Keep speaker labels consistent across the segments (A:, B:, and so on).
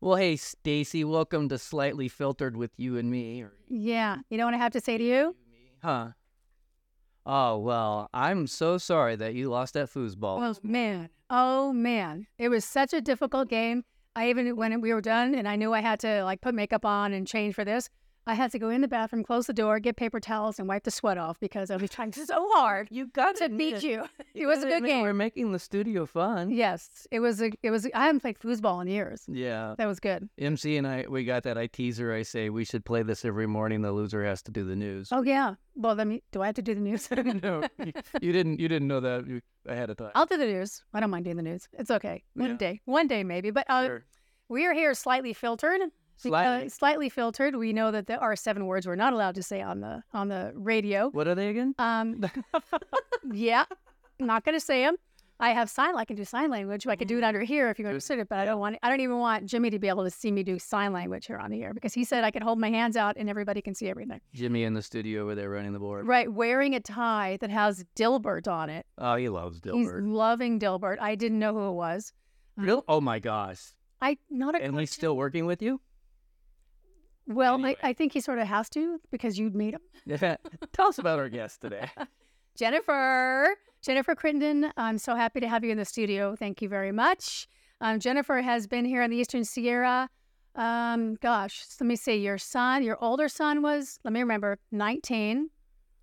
A: Well, hey, Stacy, welcome to Slightly Filtered with you and me. or-
B: Yeah. You know what I have to say to you?
A: Huh. Oh, well, I'm so sorry that you lost that
B: Oh
A: foosball.
B: man. Oh man. It was such a difficult game. I even when we were done and I knew I had to like put makeup on and change for this, I had to go in the bathroom, close the door, get paper towels and wipe the sweat off because I was trying so hard
A: you got
B: to beat you. It was a good
A: We're
B: game.
A: making the studio fun.
B: Yes. It was a it was I haven't played foosball in years.
A: Yeah.
B: That was good.
A: MC and I, we got that. I tease her. I say, we should play this every morning. The loser has to do the news.
B: Oh yeah. Well then do I have to do the news?
A: no, you, you didn't. You didn't know that you- ahead of time.
B: I'll do the news. I don't mind doing the news. It's okay. One
A: Yeah.
B: day. One day maybe. But uh,
A: Sure.
B: we are here slightly filtered.
A: Slightly.
B: uh, slightly filtered. We know that there are seven words we're not allowed to say on the on the radio.
A: What are they again?
B: Um, yeah, I'm not going to say them. I have sign. I can do sign language. I could do it under here if you
A: Good.
B: understood it, but I don't want. I don't even want Jimmy to be able to see me do sign language here on the air because he said I could hold my hands out and everybody can see everything.
A: Jimmy in the studio over there running the board.
B: Right, wearing a tie that has Dilbert on it.
A: Oh, he loves
B: He's
A: Dilbert.
B: loving Dilbert. I didn't know who it was.
A: Real? Oh my gosh!
B: I not a
A: And he's still working with you?
B: well.
A: anyway.
B: I, I think he sort of has to because you made him.
A: Yeah. Tell us about our guest today.
B: Jennifer. Jennifer Crittenden, I'm so happy to have you in the studio. Thank you very much. Um, Jennifer has been here in the Eastern Sierra. Um, gosh, let me see. Your son, your older son was, let me remember, 19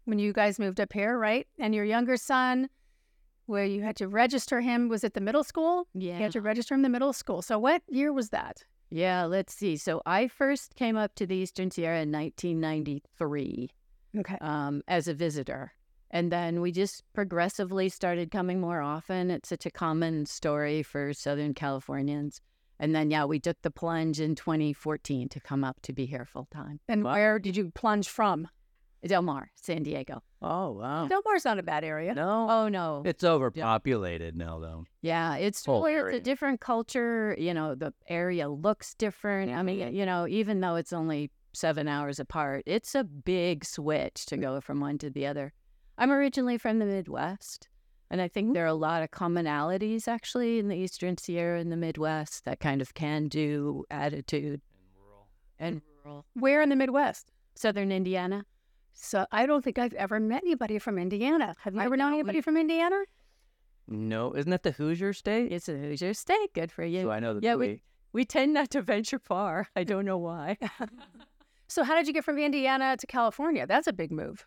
B: when you guys moved up here, right? And your younger son, where you had to register him, was it the middle school? You
C: Yeah.
B: had to register him in the middle school. So what year was that?
C: Yeah. Let's see. So I first came up to the Eastern Sierra in 1993
B: Okay.
C: um, as a visitor. And then we just progressively started coming more often. It's such a common story for Southern Californians. And then, yeah, we took the plunge in 2014 to come up to be here full time.
B: And
A: Wow.
B: where did you plunge from?
C: Del Mar, San Diego.
A: Oh wow!
B: Del Mar's not a bad area.
A: No,
C: Oh, no.
A: it's overpopulated now, though.
C: Yeah, it's
A: whole
C: totally
A: area.
C: a different culture. You know, the area looks different. I mean, you know, even though it's only seven hours apart, it's a big switch to go from one to the other. I'm originally from the Midwest, and I think there are a lot of commonalities actually in the Eastern Sierra and the Midwest, that kind of can do attitude and rural.
B: Where in the Midwest?
C: Southern Indiana.
B: So I don't think I've ever met anybody from Indiana. Have you
C: I
B: ever known
C: know, we-
B: anybody from Indiana?
A: No, isn't that the Hoosier state?
C: It's a Hoosier state. Good for you.
A: So I know that.
C: yeah,
A: we,
C: we, we tend not to venture far. I don't know why.
B: So how did you get from Indiana to California? That's a big move.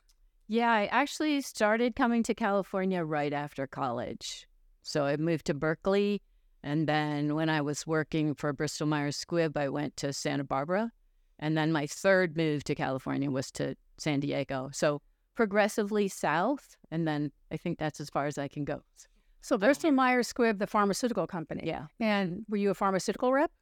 C: Yeah, I actually started coming to California right after college. So I moved to Berkeley. And then when I was working for Bristol Myers Squibb, I went to Santa Barbara. And then my third move to California was to San Diego. So progressively south. And then I think that's as far as I can go.
B: So Bristol Myers Squibb, the pharmaceutical company.
C: oh, Yeah.
B: And were you a pharmaceutical rep?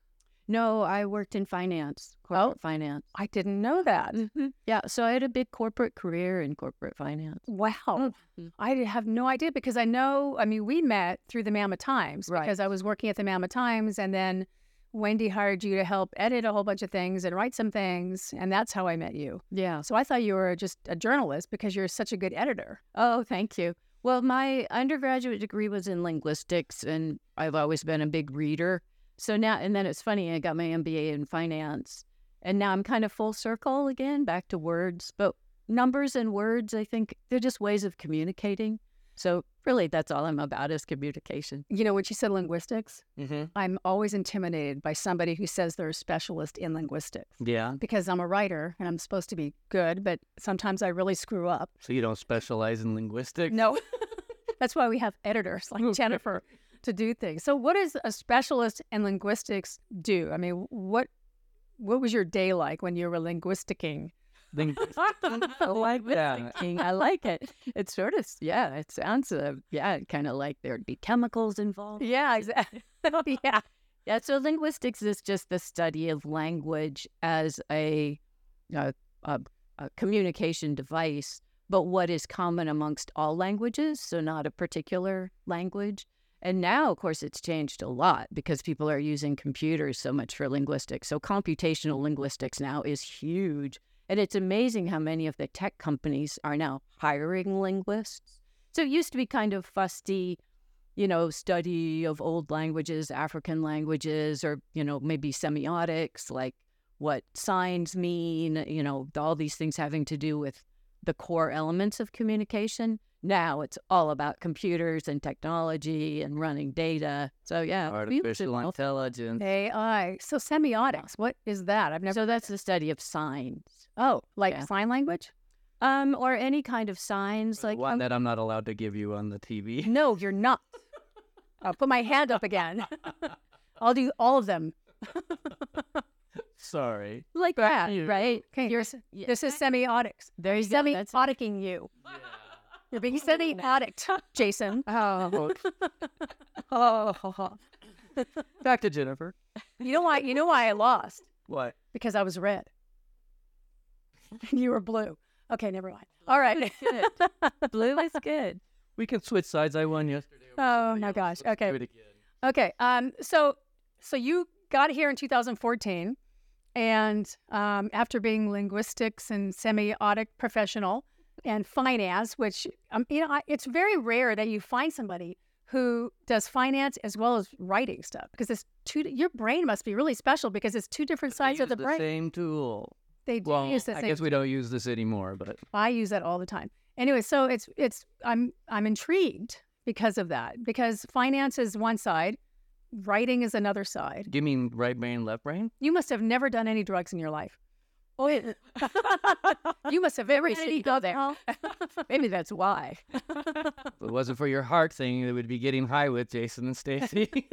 C: No, I worked in finance,
B: Oh.
C: corporate finance.
B: I didn't know that.
C: Mm. Yeah. So I had a big corporate career in corporate finance.
B: Wow.
C: Mm-hmm.
B: I did- have no idea because I know, I mean, we met through the Mammoth Times
C: Right.
B: because I was working at the Mammoth Times and then Wendy hired you to help edit a whole bunch of things and write some things. And that's how I met you.
C: Yeah.
B: So I thought you were just a journalist because you're such a good editor.
C: Oh, thank you. Well, my undergraduate degree was in linguistics, and I've always been a big reader. So now, and then it's funny, I got my MBA in finance, and now I'm kind of full circle again back to words. But numbers and words, I think they're just ways of communicating. So, really, that's all I'm about is communication.
B: You know, when she said linguistics,
A: Mhm.
B: I'm always intimidated by somebody who says they're a specialist in linguistics
A: Yeah.
B: because I'm a writer and I'm supposed to be good, but sometimes I really screw up.
A: So you don't specialize in linguistics?
B: No, that's why we have editors like Jennifer to do things. So, what does a specialist in linguistics do? I mean, what what was your day like when you were linguisticking?
A: Linguist-
C: I like that. I like it. It's sort of, yeah, it sounds, uh, yeah, kind of like there'd be chemicals involved.
B: Yeah, exactly. yeah,
C: Yeah, so linguistics is just the study of language as a, a, a, a communication device, but what is common amongst all languages, so not a particular language. And now, of course, it's changed a lot because people are using computers so much for linguistics. So computational linguistics now is huge. And it's amazing how many of the tech companies are now hiring linguists. So it used to be kind of fusty you know, study of old languages, African languages, or, you know, maybe semiotics, like what signs mean, you know, all these things having to do with the core elements of communication. Now it's all about computers and technology and running data. So, yeah, we should
A: artificial
C: know
A: intelligence.
B: AI. So semiotics. What is that? I've never.
C: So that's the study of signs,
B: oh, like
C: yeah.
B: sign language.
C: um, or any kind of signs.
A: The
C: Like
A: one
C: um,
A: that I'm not allowed to give you on the TV.
B: No, you're not. I'll put my hand up again. I'll do all of them.
A: Sorry.
C: like
A: Back
C: that,
A: to you.
C: right?
B: Okay, you're, s-
C: Yeah.
B: this is semiotics.
C: There you go. That's
B: Semioticing you. You're being semiotic, Jason.
C: oh,
A: Back to Jennifer.
B: You know why? You know why I lost?
A: What?
B: Because I was red, and you were blue. Okay, never mind. All right.
C: good. Blue is good.
A: We can switch sides. I won yesterday. over
B: Oh
A: somebody
B: my
A: else.
B: gosh.
A: Let's
B: Okay.
A: Do it again.
B: Okay. Um. So, so you got here in 2014, and um, after being linguistics and semiotic professional and finance, which um, you know, I, it's very rare that you find somebody who does finance as well as writing stuff because it's two. Your brain must be really special because it's two different
A: They
B: sides of
A: use
B: the brain.
A: Same tool.
B: they do
A: Well,
B: use the
A: I
B: same
A: guess we don't use this anymore, but
B: I use that all the time. Anyway, so it's it's I'm I'm intrigued because of that because finance is one side, writing is another side.
A: do you mean right brain, left brain?
B: You must have never done any drugs in your life.
C: Oh, yeah.
B: You must have
C: Maybe
B: every
C: I
B: city
C: should
B: go
C: go there.
B: there.
C: Maybe that's why.
A: If it wasn't for your heart thing, it would be getting high with Jason and Stacy.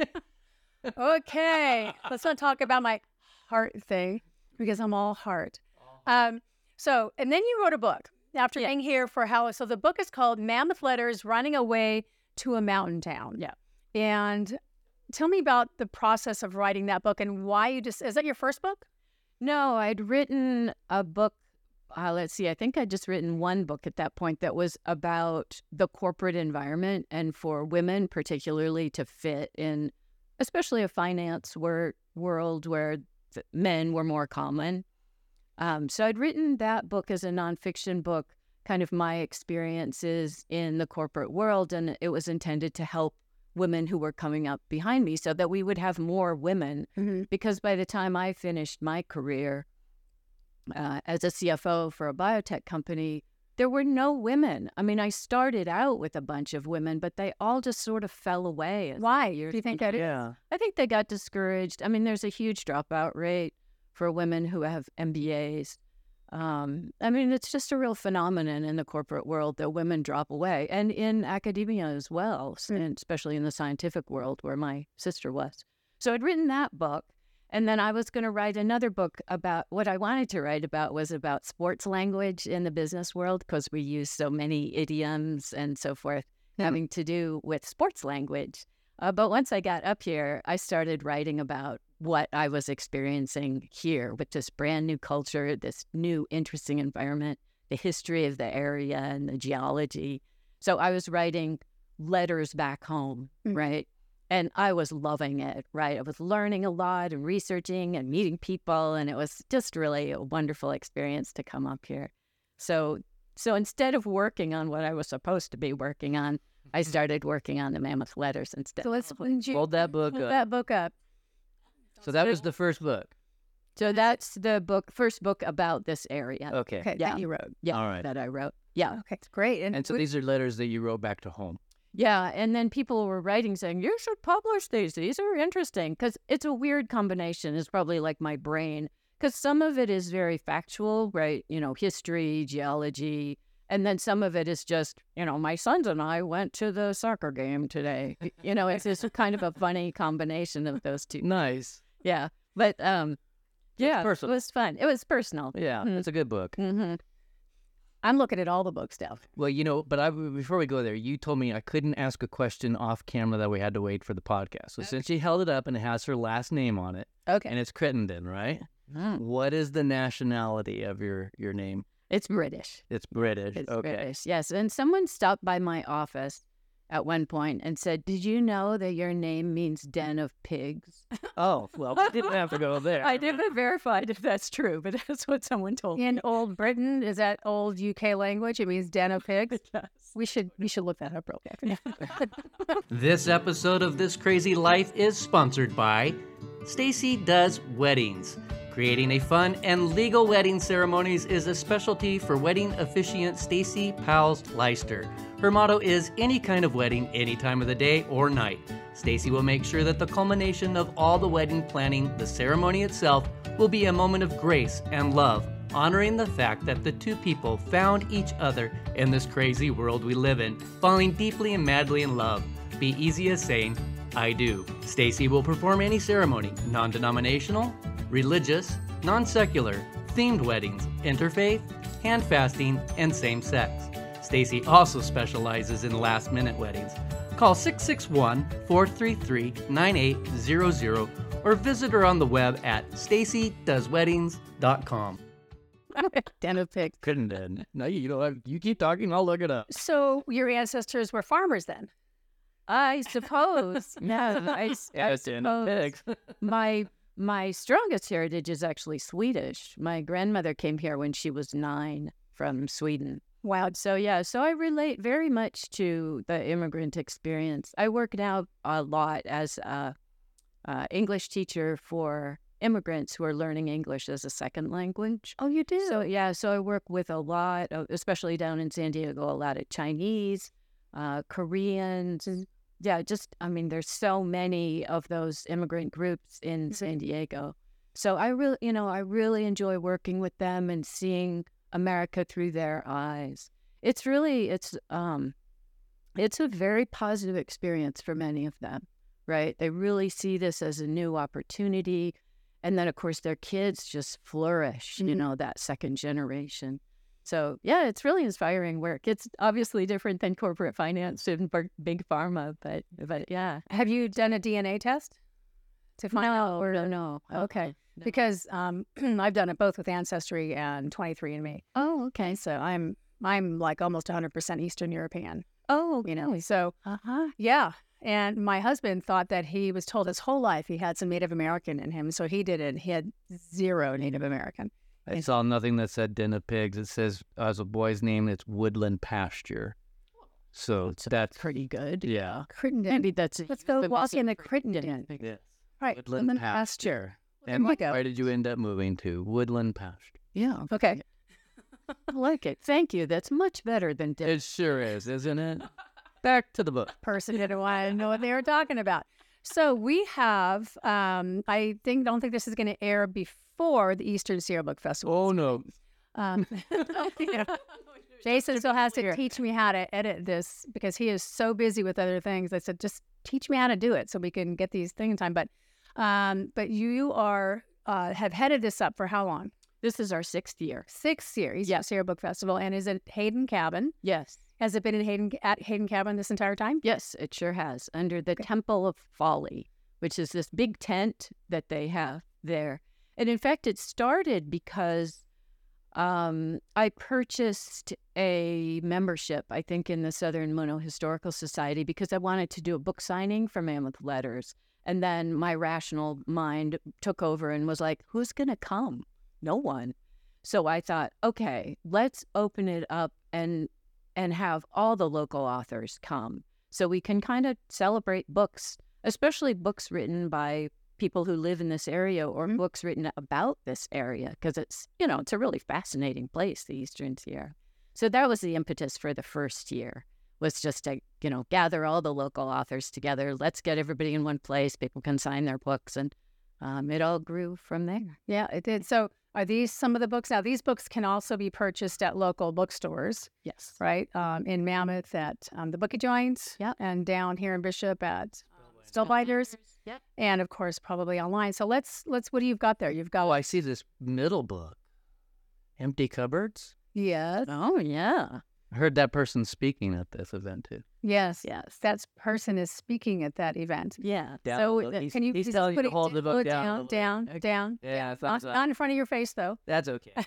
B: Okay, let's not talk about my heart thing because I'm all heart.
A: Oh.
B: Um, so and then you wrote a book after
C: Yeah.
B: being here for how so the book is called Mammoth Letters: Running Away to a Mountain Town.
C: Yeah.
B: and. Tell me about the process of writing that book and why you just is that your first book?
C: No, I'd written a book. Uh, let's see. I think I'd just written one book at that point that was about the corporate environment and for women, particularly, to fit in, especially a finance wor- world where th- men were more common. Um, so I'd written that book as a nonfiction book, kind of my experiences in the corporate world, and it was intended to help women who were coming up behind me so that we would have more women
B: Mm-hmm.
C: because by the time I finished my career uh, as a CFO for a biotech company, there were no women. I mean, I started out with a bunch of women, but they all just sort of fell away. as
B: Why
C: years
B: do you think
C: went
B: that is?
A: yeah.
C: I think they got discouraged. I mean, there's a huge dropout rate for women who have MBAs. Um, I mean, it's just a real phenomenon in the corporate world that women drop away and in academia as well, s-
B: Mm.
C: and especially in the scientific world where my sister was. So I'd written that book. And then I was going to write another book about what I wanted to write about was about sports language in the business world because we use so many idioms and so forth having to do with sports language. Uh, but once I got up here, I started writing about what I was experiencing here with this brand new culture, this new interesting environment, the history of the area and the geology. So I was writing letters back home,
B: Mm.
C: right? And I was loving it, right? I was learning a lot and researching and meeting people. And it was just really a wonderful experience to come up here. So, so instead of working on what I was supposed to be working on, I
D: Mm-hmm.
C: started working on the mammoth letters instead.
B: So let's when did you
A: Hold that book
B: hold
A: up.
B: that book up.
A: So that was the first book.
C: So that's the book, first book about this area
D: Oh,
A: Okay.
B: Okay,
C: Yeah.
B: that you wrote.
C: Yeah.
A: All right.
C: that I wrote. Yeah.
B: Okay, it's great.
A: And so these are letters that you wrote back to home.
C: Yeah. And then people were writing saying, you should publish these. These are interesting because it's a weird combination. It's probably like my brain because some of it is very factual, right? You know, history, geology. And then some of it is just, you know, my sons and I went to the soccer game today. You know, it's just kind of a funny combination of those two.
A: Nice.
C: Yeah. But um, yeah, it
A: personal.
C: was fun. It was personal.
A: Yeah,
C: Mhm.
A: it's a good book.
C: hmm
B: I'm looking at all the book stuff.
A: Well, you know, but I before we go there, you told me I couldn't ask a question off camera that we had to wait for the podcast. So since she held it up and it has her last name on it,
B: Okay.
A: and it's Crittenden, right? What is the nationality of your your name?
C: It's British.
A: It's British.
C: It's
A: okay.
C: British. Yes. And someone stopped by my office at one point and said, Did you know that your name means den of pigs?
A: Oh, well, we didn't have to go there.
C: I never verified if that's true, but that's what someone told me.
B: In Old Britain, is that old UK language? It means den of pigs. We should we should look that up real quick.
D: This episode of This Crazy Life is sponsored by Stacy Does Weddings. Creating a fun and legal wedding ceremonies is a specialty for wedding officiant Stacy Powles Leister. Her motto is any kind of wedding, any time of the day or night. Stacy will make sure that the culmination of all the wedding planning, the ceremony itself, will be a moment of grace and love, honoring the fact that the two people found each other in this crazy world we live in, falling deeply and madly in love. Be easy as saying, I do. Stacy will perform any ceremony, non denominational, religious, non secular, themed weddings, interfaith, hand fasting, and same sex. Stacy also specializes in last minute weddings. Call 661 433 9800 or visit her on the web at stacydoesweddings.com.
C: den of pigs.
A: Couldn't then. No, you you know what? You keep talking. I'll look it up.
B: so your ancestors were farmers then.
C: I suppose. no, I, s- I
A: Yes, den of
C: suppose.
A: pigs.
C: my my strongest heritage is actually Swedish. My grandmother came here when she was nine from Sweden.
B: Wow.
C: So yeah, so I relate very much to the immigrant experience. I work now a lot as a, uh English teacher for immigrants who are learning English as a second language.
B: Oh, you do.
C: So yeah, so I work with a lot, of, especially down in San Diego, a lot of Chinese, uh, Koreans. Yeah, just I mean, there's so many of those immigrant groups in
B: Mhm.
C: San Diego. So I really, you know, I really enjoy working with them and seeing America through their eyes. It's really, it's um, it's a very positive experience for many of them, right? They really see this as a new opportunity. And then, of course, their kids just flourish, you
B: Mhm.
C: know, that second generation. So, yeah, it's really inspiring work. It's obviously different than corporate finance and bar- big pharma, but, but yeah.
B: Have you done a DNA test to find out? Or,
C: no, no.
B: Oh, Okay.
C: no.
B: Because um, I've done it both with Ancestry and 23andMe.
C: Oh, okay.
B: So I'm I'm like almost 100% Eastern European,
C: Oh,
B: you know. So
C: Uh huh.
B: yeah. And my husband thought that he was told his whole life Uh, he had some Native American in him, so he didn't. He had zero Native American.
A: I saw nothing that said den of pigs. It says as a boy's name, it's woodland pasture. So that's
C: Pretty good.
A: yeah.
B: Crittenden.
C: Maybe that's a
B: Let's go
C: euphemism
B: walk in
C: for
B: the Crittenden.
C: different-
A: Yes.
B: Right.
A: Woodland
B: Woodland
A: pasture. And
B: There you go.
A: where did you end up moving to? Woodland pasture.
C: Yeah.
B: Okay.
C: I like it. Thank you. That's much better than different.
A: It sure is, isn't it? Back to the book.
B: person didn't want to know what they were talking about. So we have, um, I think, don't think this is going to air before the Eastern Sierra Book Festival.
A: Oh no.
B: Um, yeah. Jason still has to teach me how to edit this because he is so busy with other things. I said, just teach me how to do it so we can get these things in time. But, um, but you are uh, have headed this up for how long?
C: This is our sixth year.
B: Six years,
C: Yeah.
B: Eastern Sierra Book Festival, and is it Hayden Cabin?
C: Yes.
B: Has it been in Hayden at Hayden Cabin this entire time?
C: Yes, it sure has. Under the Temple of Folly, which is this big tent that they have there. And in fact, it started because um, I purchased a membership, I think, in the Southern Mono Historical Society because I wanted to do a book signing for Mammoth Letters. And then my rational mind took over and was like, who's going to come? No one. So I thought, okay, let's open it up and and have all the local authors come so we can kind of celebrate books, especially books written by people who live in this area or
B: Mhm.
C: books written about this area because it's, you know, it's a really fascinating place, the Eastern Sierra. So that was the impetus for the first year was just to, you know, gather all the local authors together. Let's get everybody in one place. People can sign their books and um, it all grew from there.
B: Mm-hmm. Yeah, it did. So, are these some of the books? Now, these books can also be purchased at local bookstores,
C: Yes.
B: right? Um, in Mammoth at um, the Bookie Joint,
C: Yep.
B: and down here in Bishop at Stillbinders,
C: Yep.
B: and of course probably online. So let's let's. What do you've got there? You've got
A: Oh, I see this middle book. Empty cupboards.
B: yes,
C: Oh, yeah.
A: I heard that person speaking at this event too.
B: yes,
C: Yes.
B: That person is speaking at that event.
C: Yeah.
B: so uh, can you please put it oh, down, down, down,
A: Yeah, Uh,
B: Not, not in front of your face though.
A: that's okay.
B: Is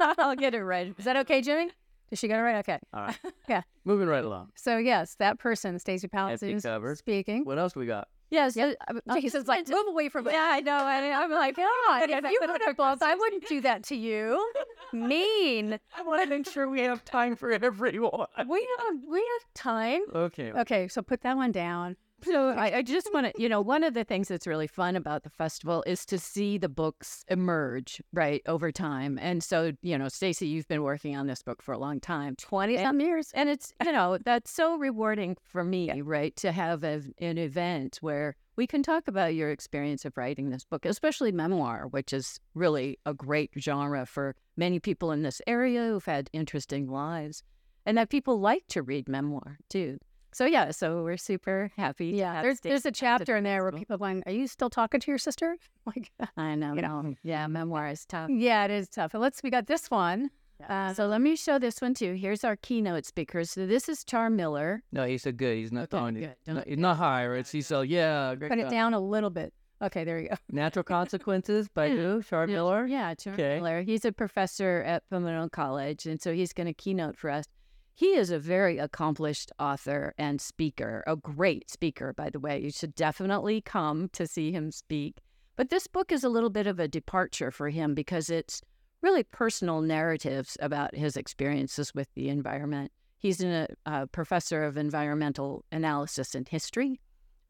C: I'll get it right.
B: that okay, Jimmy? Did she get it right? Okay.
A: All right.
B: Yeah.
A: Moving right along.
B: So yes, that person, Stacey Powers,
A: been
B: is
A: covered.
B: speaking.
A: What else we got?
C: Yes. Yeah, uh,
B: He says, like, move away from it.
C: yeah, I know. I mean, I'm like,
B: God,
C: God,
B: if you would have lost, I wouldn't do that to you. Mean.
A: I want to make sure we have time for everyone.
B: We have we have time.
A: Okay.
B: Okay, so put that one down.
C: So I, I just want to, you know, one of the things that's really fun about the festival is to see the books emerge, right, over time. And so, you know, Stacey, you've been working on this book for a long time, twenty
B: Some years.
C: and it's you know that's so rewarding for me right to have a, an event where we can talk about your experience of writing this book especially memoir which is really a great genre for many people in this area who've had interesting lives and that people like to read memoir too so yeah so we're super happy to
B: Yeah.
C: have
B: There's
C: Sta-
B: there's a chapter in there where
C: festival.
B: people are going, Are you still talking to your sister? Like
C: i know,
B: you
C: yeah memoir is tough
B: Yeah, it is tough. But let's we got this one. Uh,
C: so let me show this one too here's our keynote speaker so this is char miller
A: No, he's so good. He's not
C: Okay,
A: throwing
C: good.
A: it.
C: Don't-
A: Not, he's not high, right? He's so, yeah, great
B: Put it
A: job.
B: down a little bit. Okay, there you go.
A: Natural Consequences by
C: Yeah.
A: who? Sharp
C: Yeah,
A: Miller?
C: Yeah, John
A: Okay.
C: Miller. He's a professor at Pomona College, and so he's going to keynote for us. He is a very accomplished author and speaker, a great speaker, by the way. You should definitely come to see him speak. But this book is a little bit of a departure for him because it's really personal narratives about his experiences with the environment. He's an, a, a professor of environmental analysis and history.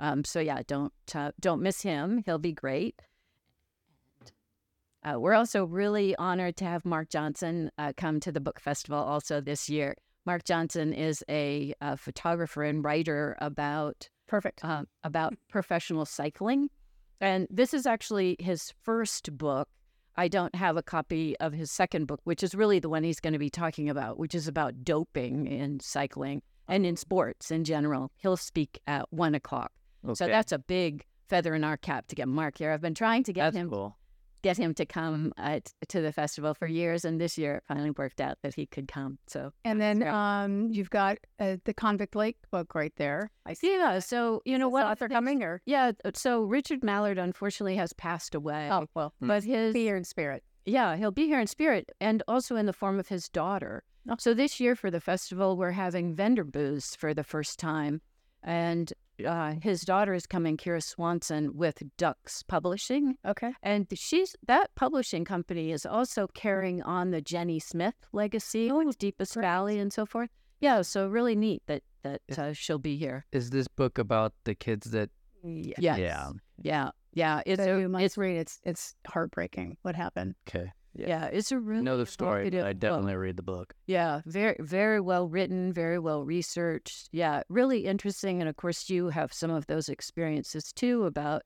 C: Um, so yeah, don't uh, don't miss him. He'll be great. Uh, we're also really honored to have Mark Johnson uh, come to the book festival also this year. Mark Johnson is a, uh photographer and writer about
B: Perfect.
C: um, about professional cycling, and this is actually his first book. I don't have a copy of his second book, which is really the one he's going to be talking about, which is about doping in cycling and
A: Uh-huh.
C: in sports in general. He'll speak at one o'clock, so
A: Okay.
C: that's a big feather in our cap to get Mark here. I've been trying to get
A: That's
C: him
A: cool.
C: get him to come uh, t- to the festival for years, and this year it finally worked out that he could come. So
B: And then
C: great.
B: um, you've got uh, the Convict Lake book right there. I see.
C: yeah, so you know
B: What
C: what
B: author coming or?
C: Yeah, uh, so Richard Mallard unfortunately has passed away,
B: Oh well,
C: but his
B: Fear and Spirit.
C: yeah he'll be here in spirit and also in the form of his daughter.
B: Oh.
C: So this year for the festival we're having vendor booths for the first time, and uh, his daughter is coming, Kira Swanson, with Ducks Publishing.
B: Okay.
C: And she's that publishing company is also carrying on the Jenny Smith legacy, with Deepest
B: Oh, great.
C: Valley, and so forth. Yeah, so really neat that that uh, she'll be here.
A: Is this book about the kids that.
B: Yeah.
C: Yes.
A: Yeah.
C: yeah, yeah. It's
B: So
C: a-
B: you
C: it's
B: must read. It's it's heartbreaking what happened.
A: Okay.
C: yeah. it's a
A: I
C: really
A: know the story, but
C: evocative
A: I
C: book.
A: definitely read the book.
C: yeah, very very well written, very well researched. Yeah, really interesting. And of course, you have some of those experiences too about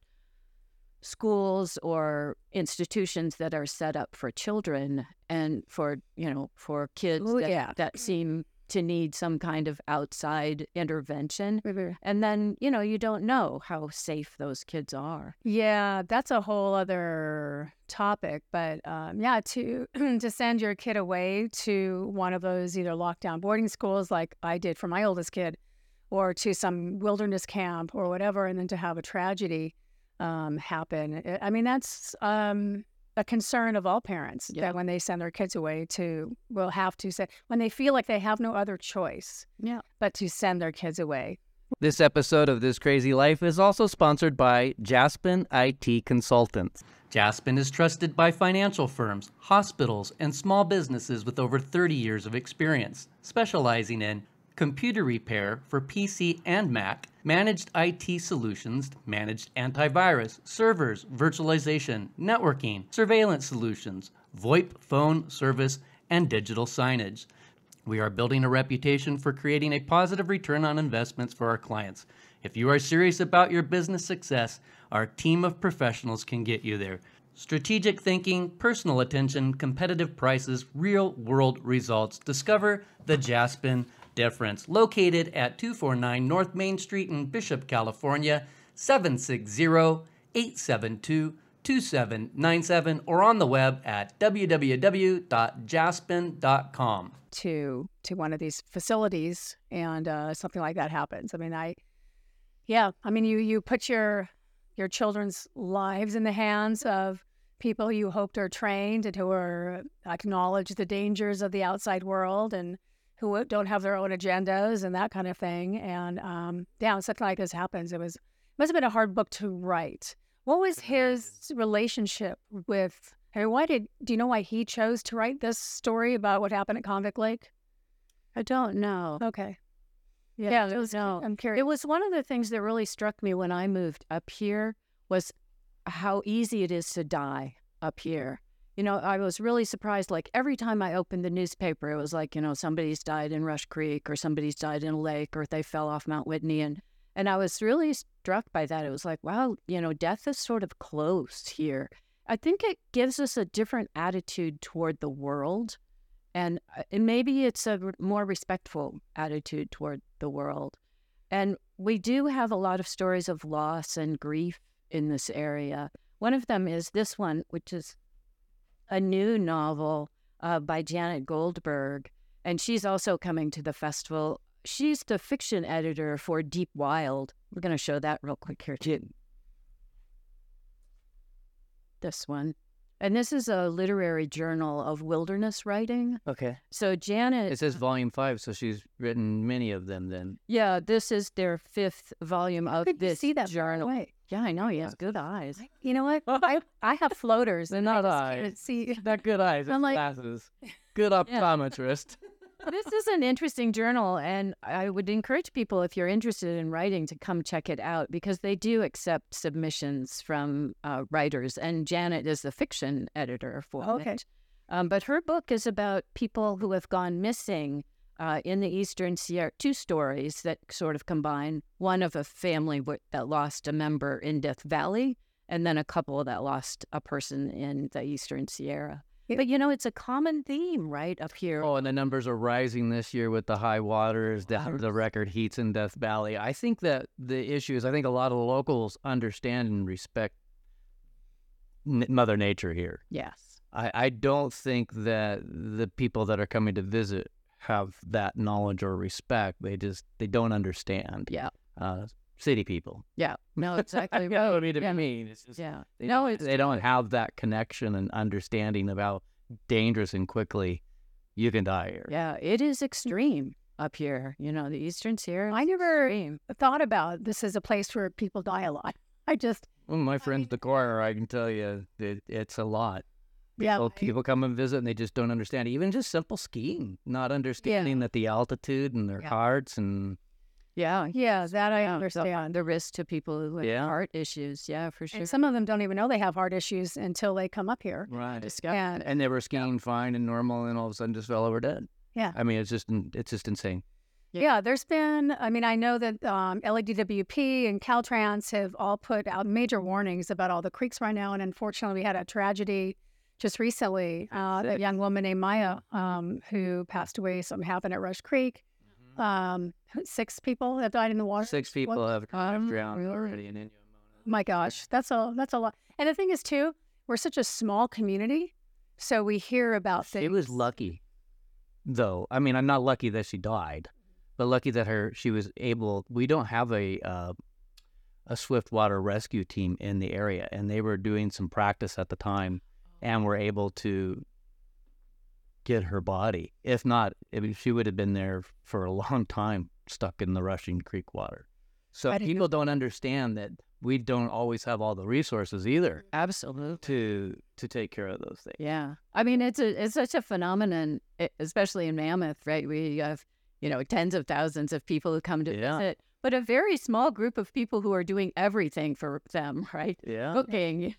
C: schools or institutions that are set up for children and for you know for kids
B: Oh,
C: that,
B: yeah.
C: that seem to need some kind of outside intervention
B: Maybe-
C: and then you know you don't know how safe those kids are
B: Yeah, that's a whole other topic. But um, yeah, to to send your kid away to one of those either lockdown boarding schools like I did for my oldest kid, or to some wilderness camp or whatever, and then to have a tragedy um, happen. I- I mean, that's um, a concern of all parents
C: Yeah.
B: that when they send their kids away to will have to say when they feel like they have no other choice
C: yeah
B: but to send their kids away.
A: This episode of This Crazy Life is also sponsored by Jaspin IT Consultants.
D: Jaspin is trusted by financial firms, hospitals, and small businesses with over 30 years of experience, specializing in computer repair for PC and Mac, managed IT solutions, managed antivirus, servers, virtualization, networking, surveillance solutions, VoIP phone service, and digital signage. We are building a reputation for creating a positive return on investments for our clients. If you are serious about your business success, our team of professionals can get you there. Strategic thinking, personal attention, competitive prices, real world results. Discover the Jaspin difference. Located at 249 North Main Street in Bishop, California, 760 872 2797, or on the web at www.jaspin.com.
B: to to one of these facilities and uh, something like that happens i mean i yeah i mean you you put your your children's lives in the hands of people you hoped are trained and who are acknowledge the dangers of the outside world and who don't have their own agendas and that kind of thing. And um, yeah, when something like this happens, it was must have been a hard book to write. What was his relationship with? I mean, why did do you know why he chose to write this story about what happened at Convict Lake?
C: I don't know.
B: Okay,
C: Yeah,
B: yeah,
C: I
B: it was.
C: don't know.
B: I'm curious.
C: It was one of the things that really struck me when I moved up here was how easy it is to die up here. You know, I was really surprised. Like every time I opened the newspaper, it was like, you know, somebody's died in Rush Creek or somebody's died in a lake or they fell off Mount Whitney. And, and I was really struck by that. It was like, wow, you know, death is sort of close here. I think it gives us a different attitude toward the world. And, uh, and maybe it's a r- more respectful attitude toward the world. And we do have a lot of stories of loss and grief in this area. One of them is this one, which is a new novel uh, by Janet Goldberg. And she's also coming to the festival. She's the fiction editor for Deep Wild. We're going to show that real quick here, too. This one. And this is a literary journal of wilderness writing.
A: Okay.
C: So Janet.
A: It says volume five, so she's written many of them then.
C: Yeah, this is their fifth volume of
B: could you
C: this
B: see that far
C: journal.
B: away?
C: Yeah, I know. He has good eyes. uh,
B: I- you know what? I I have floaters
A: They're
B: and I
A: not
B: just
A: eyes.
B: can't see.
A: Not good eyes.
B: I'm
A: it's
B: like-
A: glasses. Good optometrist.
C: this is an interesting journal, and I would encourage people, if you're interested in writing, to come check it out because they do accept submissions from uh, writers. And Janet is the fiction editor for
B: Okay.
C: it. Um, but her book is about people who have gone missing uh, in the Eastern Sierra. Two stories that sort of combine one of a family w- that lost a member in Death Valley, and then a couple that lost a person in the Eastern Sierra.
B: Yeah.
C: But you know, it's a common theme right up here.
A: Oh, and the numbers are rising this year with the high waters, the, the
C: Waters.
A: record heats in Death Valley. I think that the issue is I think a lot of locals understand and respect n- Mother Nature here.
C: Yes.
A: I, I don't think that the people that are coming to visit have that knowledge or respect. They just they don't understand.
C: Yeah.
A: Uh, city people.
C: Yeah. No, exactly.
A: I know what I mean, to
C: Yeah.
A: mean, it's just
C: Yeah.
A: they,
C: No,
A: don't-
C: it's
A: they don't have that connection and understanding of how dangerous and quickly you can die here.
C: yeah, it is extreme up here. You know, the Eastern Sierra.
B: I
C: is
B: never-
C: extreme.
B: Thought about this as a place where people die a lot. I just
A: Well, my friend's the coroner. I can tell you that it's a lot.
B: yeah.
A: Well,
B: I-
A: people come and visit and they just don't understand. Even just simple skiing, not understanding that the altitude and their
C: Yeah.
A: hearts and
C: Yeah.
B: Yeah, that I
C: yeah, the-
B: understand.
C: the risk to people who have
A: Yeah.
C: heart issues. Yeah, for sure.
B: And some of them don't even know they have heart issues until they come up here.
A: right.
C: Discover-
B: And
A: and they were skiing fine and normal, and all of a sudden just fell over dead.
B: Yeah.
A: I mean, it's just it's just insane.
C: Yeah.
B: Yeah, there's been, I mean, I know that um, LADWP and Caltrans have all put out major warnings about all the creeks right now. And unfortunately, we had a tragedy just recently. Uh, a
A: Sick. Mm-hmm.
B: young woman named Maya um, who passed away. Something happened at Rush Creek. Um, six people have died in the water.
A: Six people
B: What?
A: have, have
C: Um,
A: drowned
C: really?
A: already in Inyo.
B: My gosh, that's a that's a lot. And the thing is, too, we're such a small community, so we hear about things.
A: She was lucky, though. I mean, I'm not lucky that she died, but lucky that her she was able. We don't have a uh, a swift water rescue team in the area, and they were doing some practice at the time, and were able to get her body. If not, I mean, she would have been there for a long time, stuck in the rushing creek water. So
B: I didn't know-
A: people don't understand that we don't always have all the resources either
C: Absolutely.
A: to to take care of those things.
C: Yeah, I mean it's a it's such a phenomenon, e- especially in Mammoth, right? We have you know tens of thousands of people who come to
A: Yeah.
C: visit, but a very small group of people who are doing everything for them, right?
A: Yeah.
C: Cooking, you know,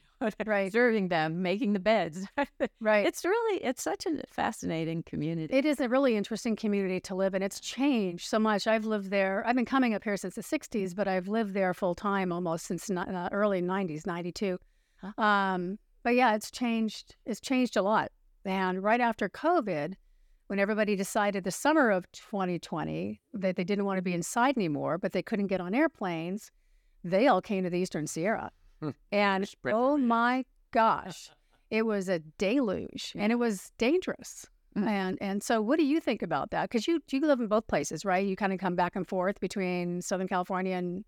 B: Right.
C: serving them, making the beds.
B: right?
C: it's really it's such a fascinating community.
B: It is a really interesting community to live in. It's changed so much. I've lived there. I've been coming up here since the 60s, but I've lived there full time almost since ni- uh, early 90s, 92.
C: Huh.
B: Um, but yeah, it's changed. It's changed a lot. And right after COVID, when everybody decided the summer of 2020 that they didn't want to be inside anymore, but they couldn't get on airplanes, they all came to the Eastern Sierra.
A: Hmm.
B: and
A: Spread
B: oh
A: the-
B: my gosh, it was a deluge and it was dangerous.
C: Mm.
B: And and so, what do you think about that? Because you you live in both places, right? You kind of come back and forth between Southern California and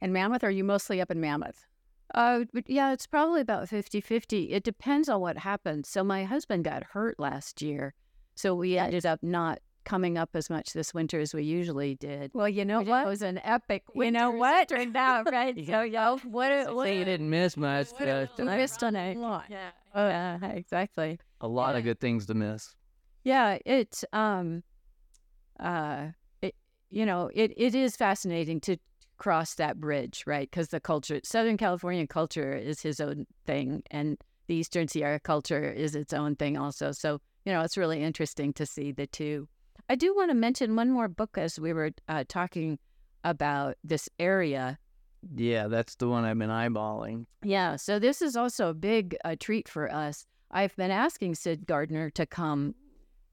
B: and Mammoth. Or are you mostly up in Mammoth?
C: Uh, but yeah, it's probably about 50 50. It depends on what happens. So, my husband got hurt last year. So, we ended up not coming up as much this winter as we usually did.
B: Well, you know
C: But It
B: what?
C: was an epic
B: You know
C: winter as it
B: what?
C: turned out, right?
D: Yeah.
C: So, yeah. What,
D: So you say you didn't miss much.
B: what a-
D: uh,
C: we missed on it.
B: Lot.
C: Yeah. Oh, yeah, exactly.
A: A lot
C: Yeah.
A: of good things to miss.
C: Yeah, it um uh it you know, it it is fascinating to cross that bridge, right? Cuz the culture, Southern California culture is his own thing and the Eastern Sierra culture is its own thing also. So, you know, it's really interesting to see the two. I do want to mention one more book as we were uh, talking about this area.
A: Yeah, that's the one I've been eyeballing.
C: Yeah, so this is also a big uh, treat for us. I've been asking Sid Gardner to come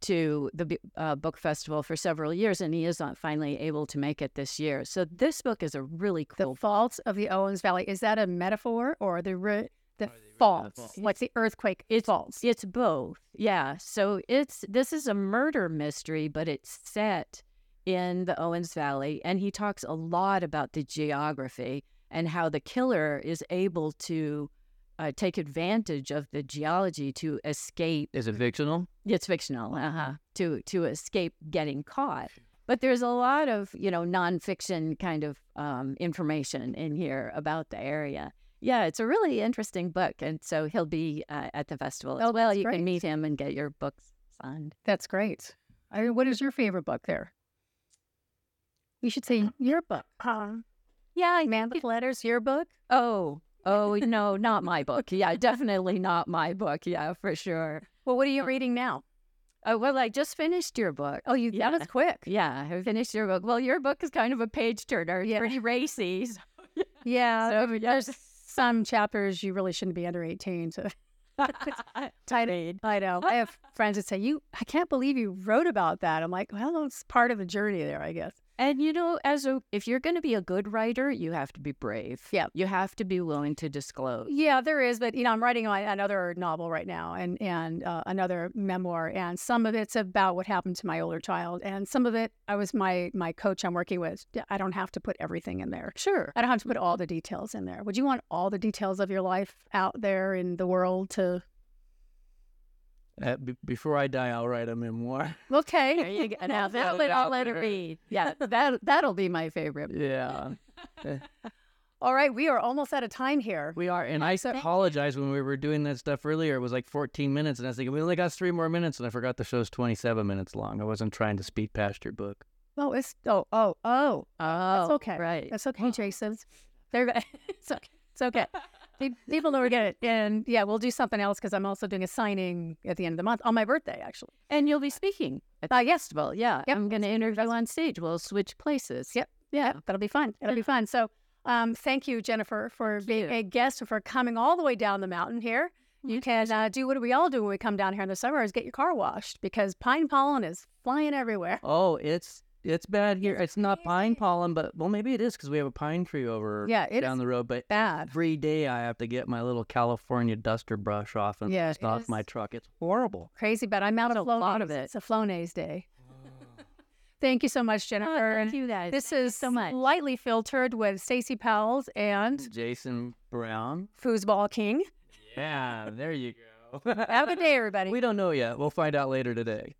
C: to the b- uh, book festival for several years, and he is not finally able to make it this year. So this book is a really
B: The
C: cool.
B: faults of the Owens Valley. Is that a metaphor or the re- the faults?
D: faults?
B: What's the earthquake
C: It's-
B: faults?
C: it's both, yeah. So it's this is a murder mystery, but it's set in the Owens Valley, and he talks a lot about the geography and how the killer is able to uh, take advantage of the geology to escape
A: Is it fictional?
C: It's fictional, uh-huh, to to escape getting caught. But there's a lot of you know nonfiction kind of um, information in here about the area. Yeah, it's a really interesting book, and so he'll be uh, at the festival as
B: Oh,
C: well.
B: that's
C: You
B: great.
C: can meet him and get your books signed.
B: That's great. I mean, what is your favorite book there? You should say your book.
C: Yeah, I
B: Um, Man with Letters, your book.
C: Oh, oh no, not my book. Yeah, definitely not my book. Yeah, for sure.
B: Well, what are you reading now?
C: Oh, well, I just finished your book.
B: Oh, you that
C: Yeah.
B: was quick.
C: Yeah, I finished your book. Well, your book is kind of a page turner. It's
B: Yeah.
C: Pretty racy. so-
B: Yeah.
C: So yes.
B: Some chapters you really shouldn't be under 18 to title. I know. I have friends that say, "You, I can't believe you wrote about that." I'm like, "Well, it's part of the journey there, I guess."
C: And you know, as a if you're going to be a good writer, you have to be brave.
B: Yeah.
C: you have to be willing to disclose.
B: Yeah, there is, but you know, I'm writing on another novel right now, and and uh, another memoir, and some of it's about what happened to my older child, and some of it I was my my coach I'm working with. yeah, I don't have to put everything in there.
C: Sure. Mm-hmm.
B: I don't have to put all the details in there. Would you want all the details of your life out there in the world to?
A: Uh, b- before I die, I'll write a memoir.
B: Okay,
C: There you go. Now that
D: it
C: one I'll
D: out
C: let it
D: there.
C: read. Yeah, that that'll be my favorite.
A: Yeah,
B: All right, we are almost out of time here.
A: we are. And I
B: Thank you.
A: apologize when we were doing that stuff earlier. It was like 14 minutes, and I was thinking we only got three more minutes, and I forgot the show's 27 minutes long. I wasn't trying to speed past your book.
B: Oh, it's oh oh oh.
C: Oh,
B: okay.
C: Right.
B: It's okay, Jason. They're it's okay. It's okay. Pe- People don't get it. And yeah, we'll do something else because I'm also doing a signing at the end of the month on my birthday, actually.
C: And you'll be speaking at the
B: Uh, yes.
C: festival. Yeah,
B: Yep.
C: I'm going to interview on stage. We'll switch places.
B: Yep. Yeah, that'll be fun. It'll be fun. So, um, thank you, Jennifer, for being
C: you.
B: a guest and for coming all the way down the mountain here. You can uh, do what we all do when we come down here in the summer is get your car washed because pine pollen is flying everywhere.
A: Oh, it's it's bad here. It's not pine
B: crazy.
A: pollen, but well, maybe it is because we have a pine tree over
B: Yeah, it's
A: down the road. But
B: bad.
A: every day I have to get my little California duster brush off and
B: Yeah, it
A: dust off my
B: is.
A: truck. It's horrible.
B: Crazy, but I'm out
C: There's
B: of
C: a lot of
B: Flonase.
C: it.
B: It's a Flonase day. thank you so much, Jennifer.
C: Oh, thank
B: And
C: you guys.
B: This
C: Thank you
B: is
C: so much. Mm.
B: lightly filtered with Stacey Powell's and
A: Jason Brown.
B: Foosball King.
A: Yeah, there you go.
B: Have a good day, everybody.
A: we don't know yet. We'll find out later today.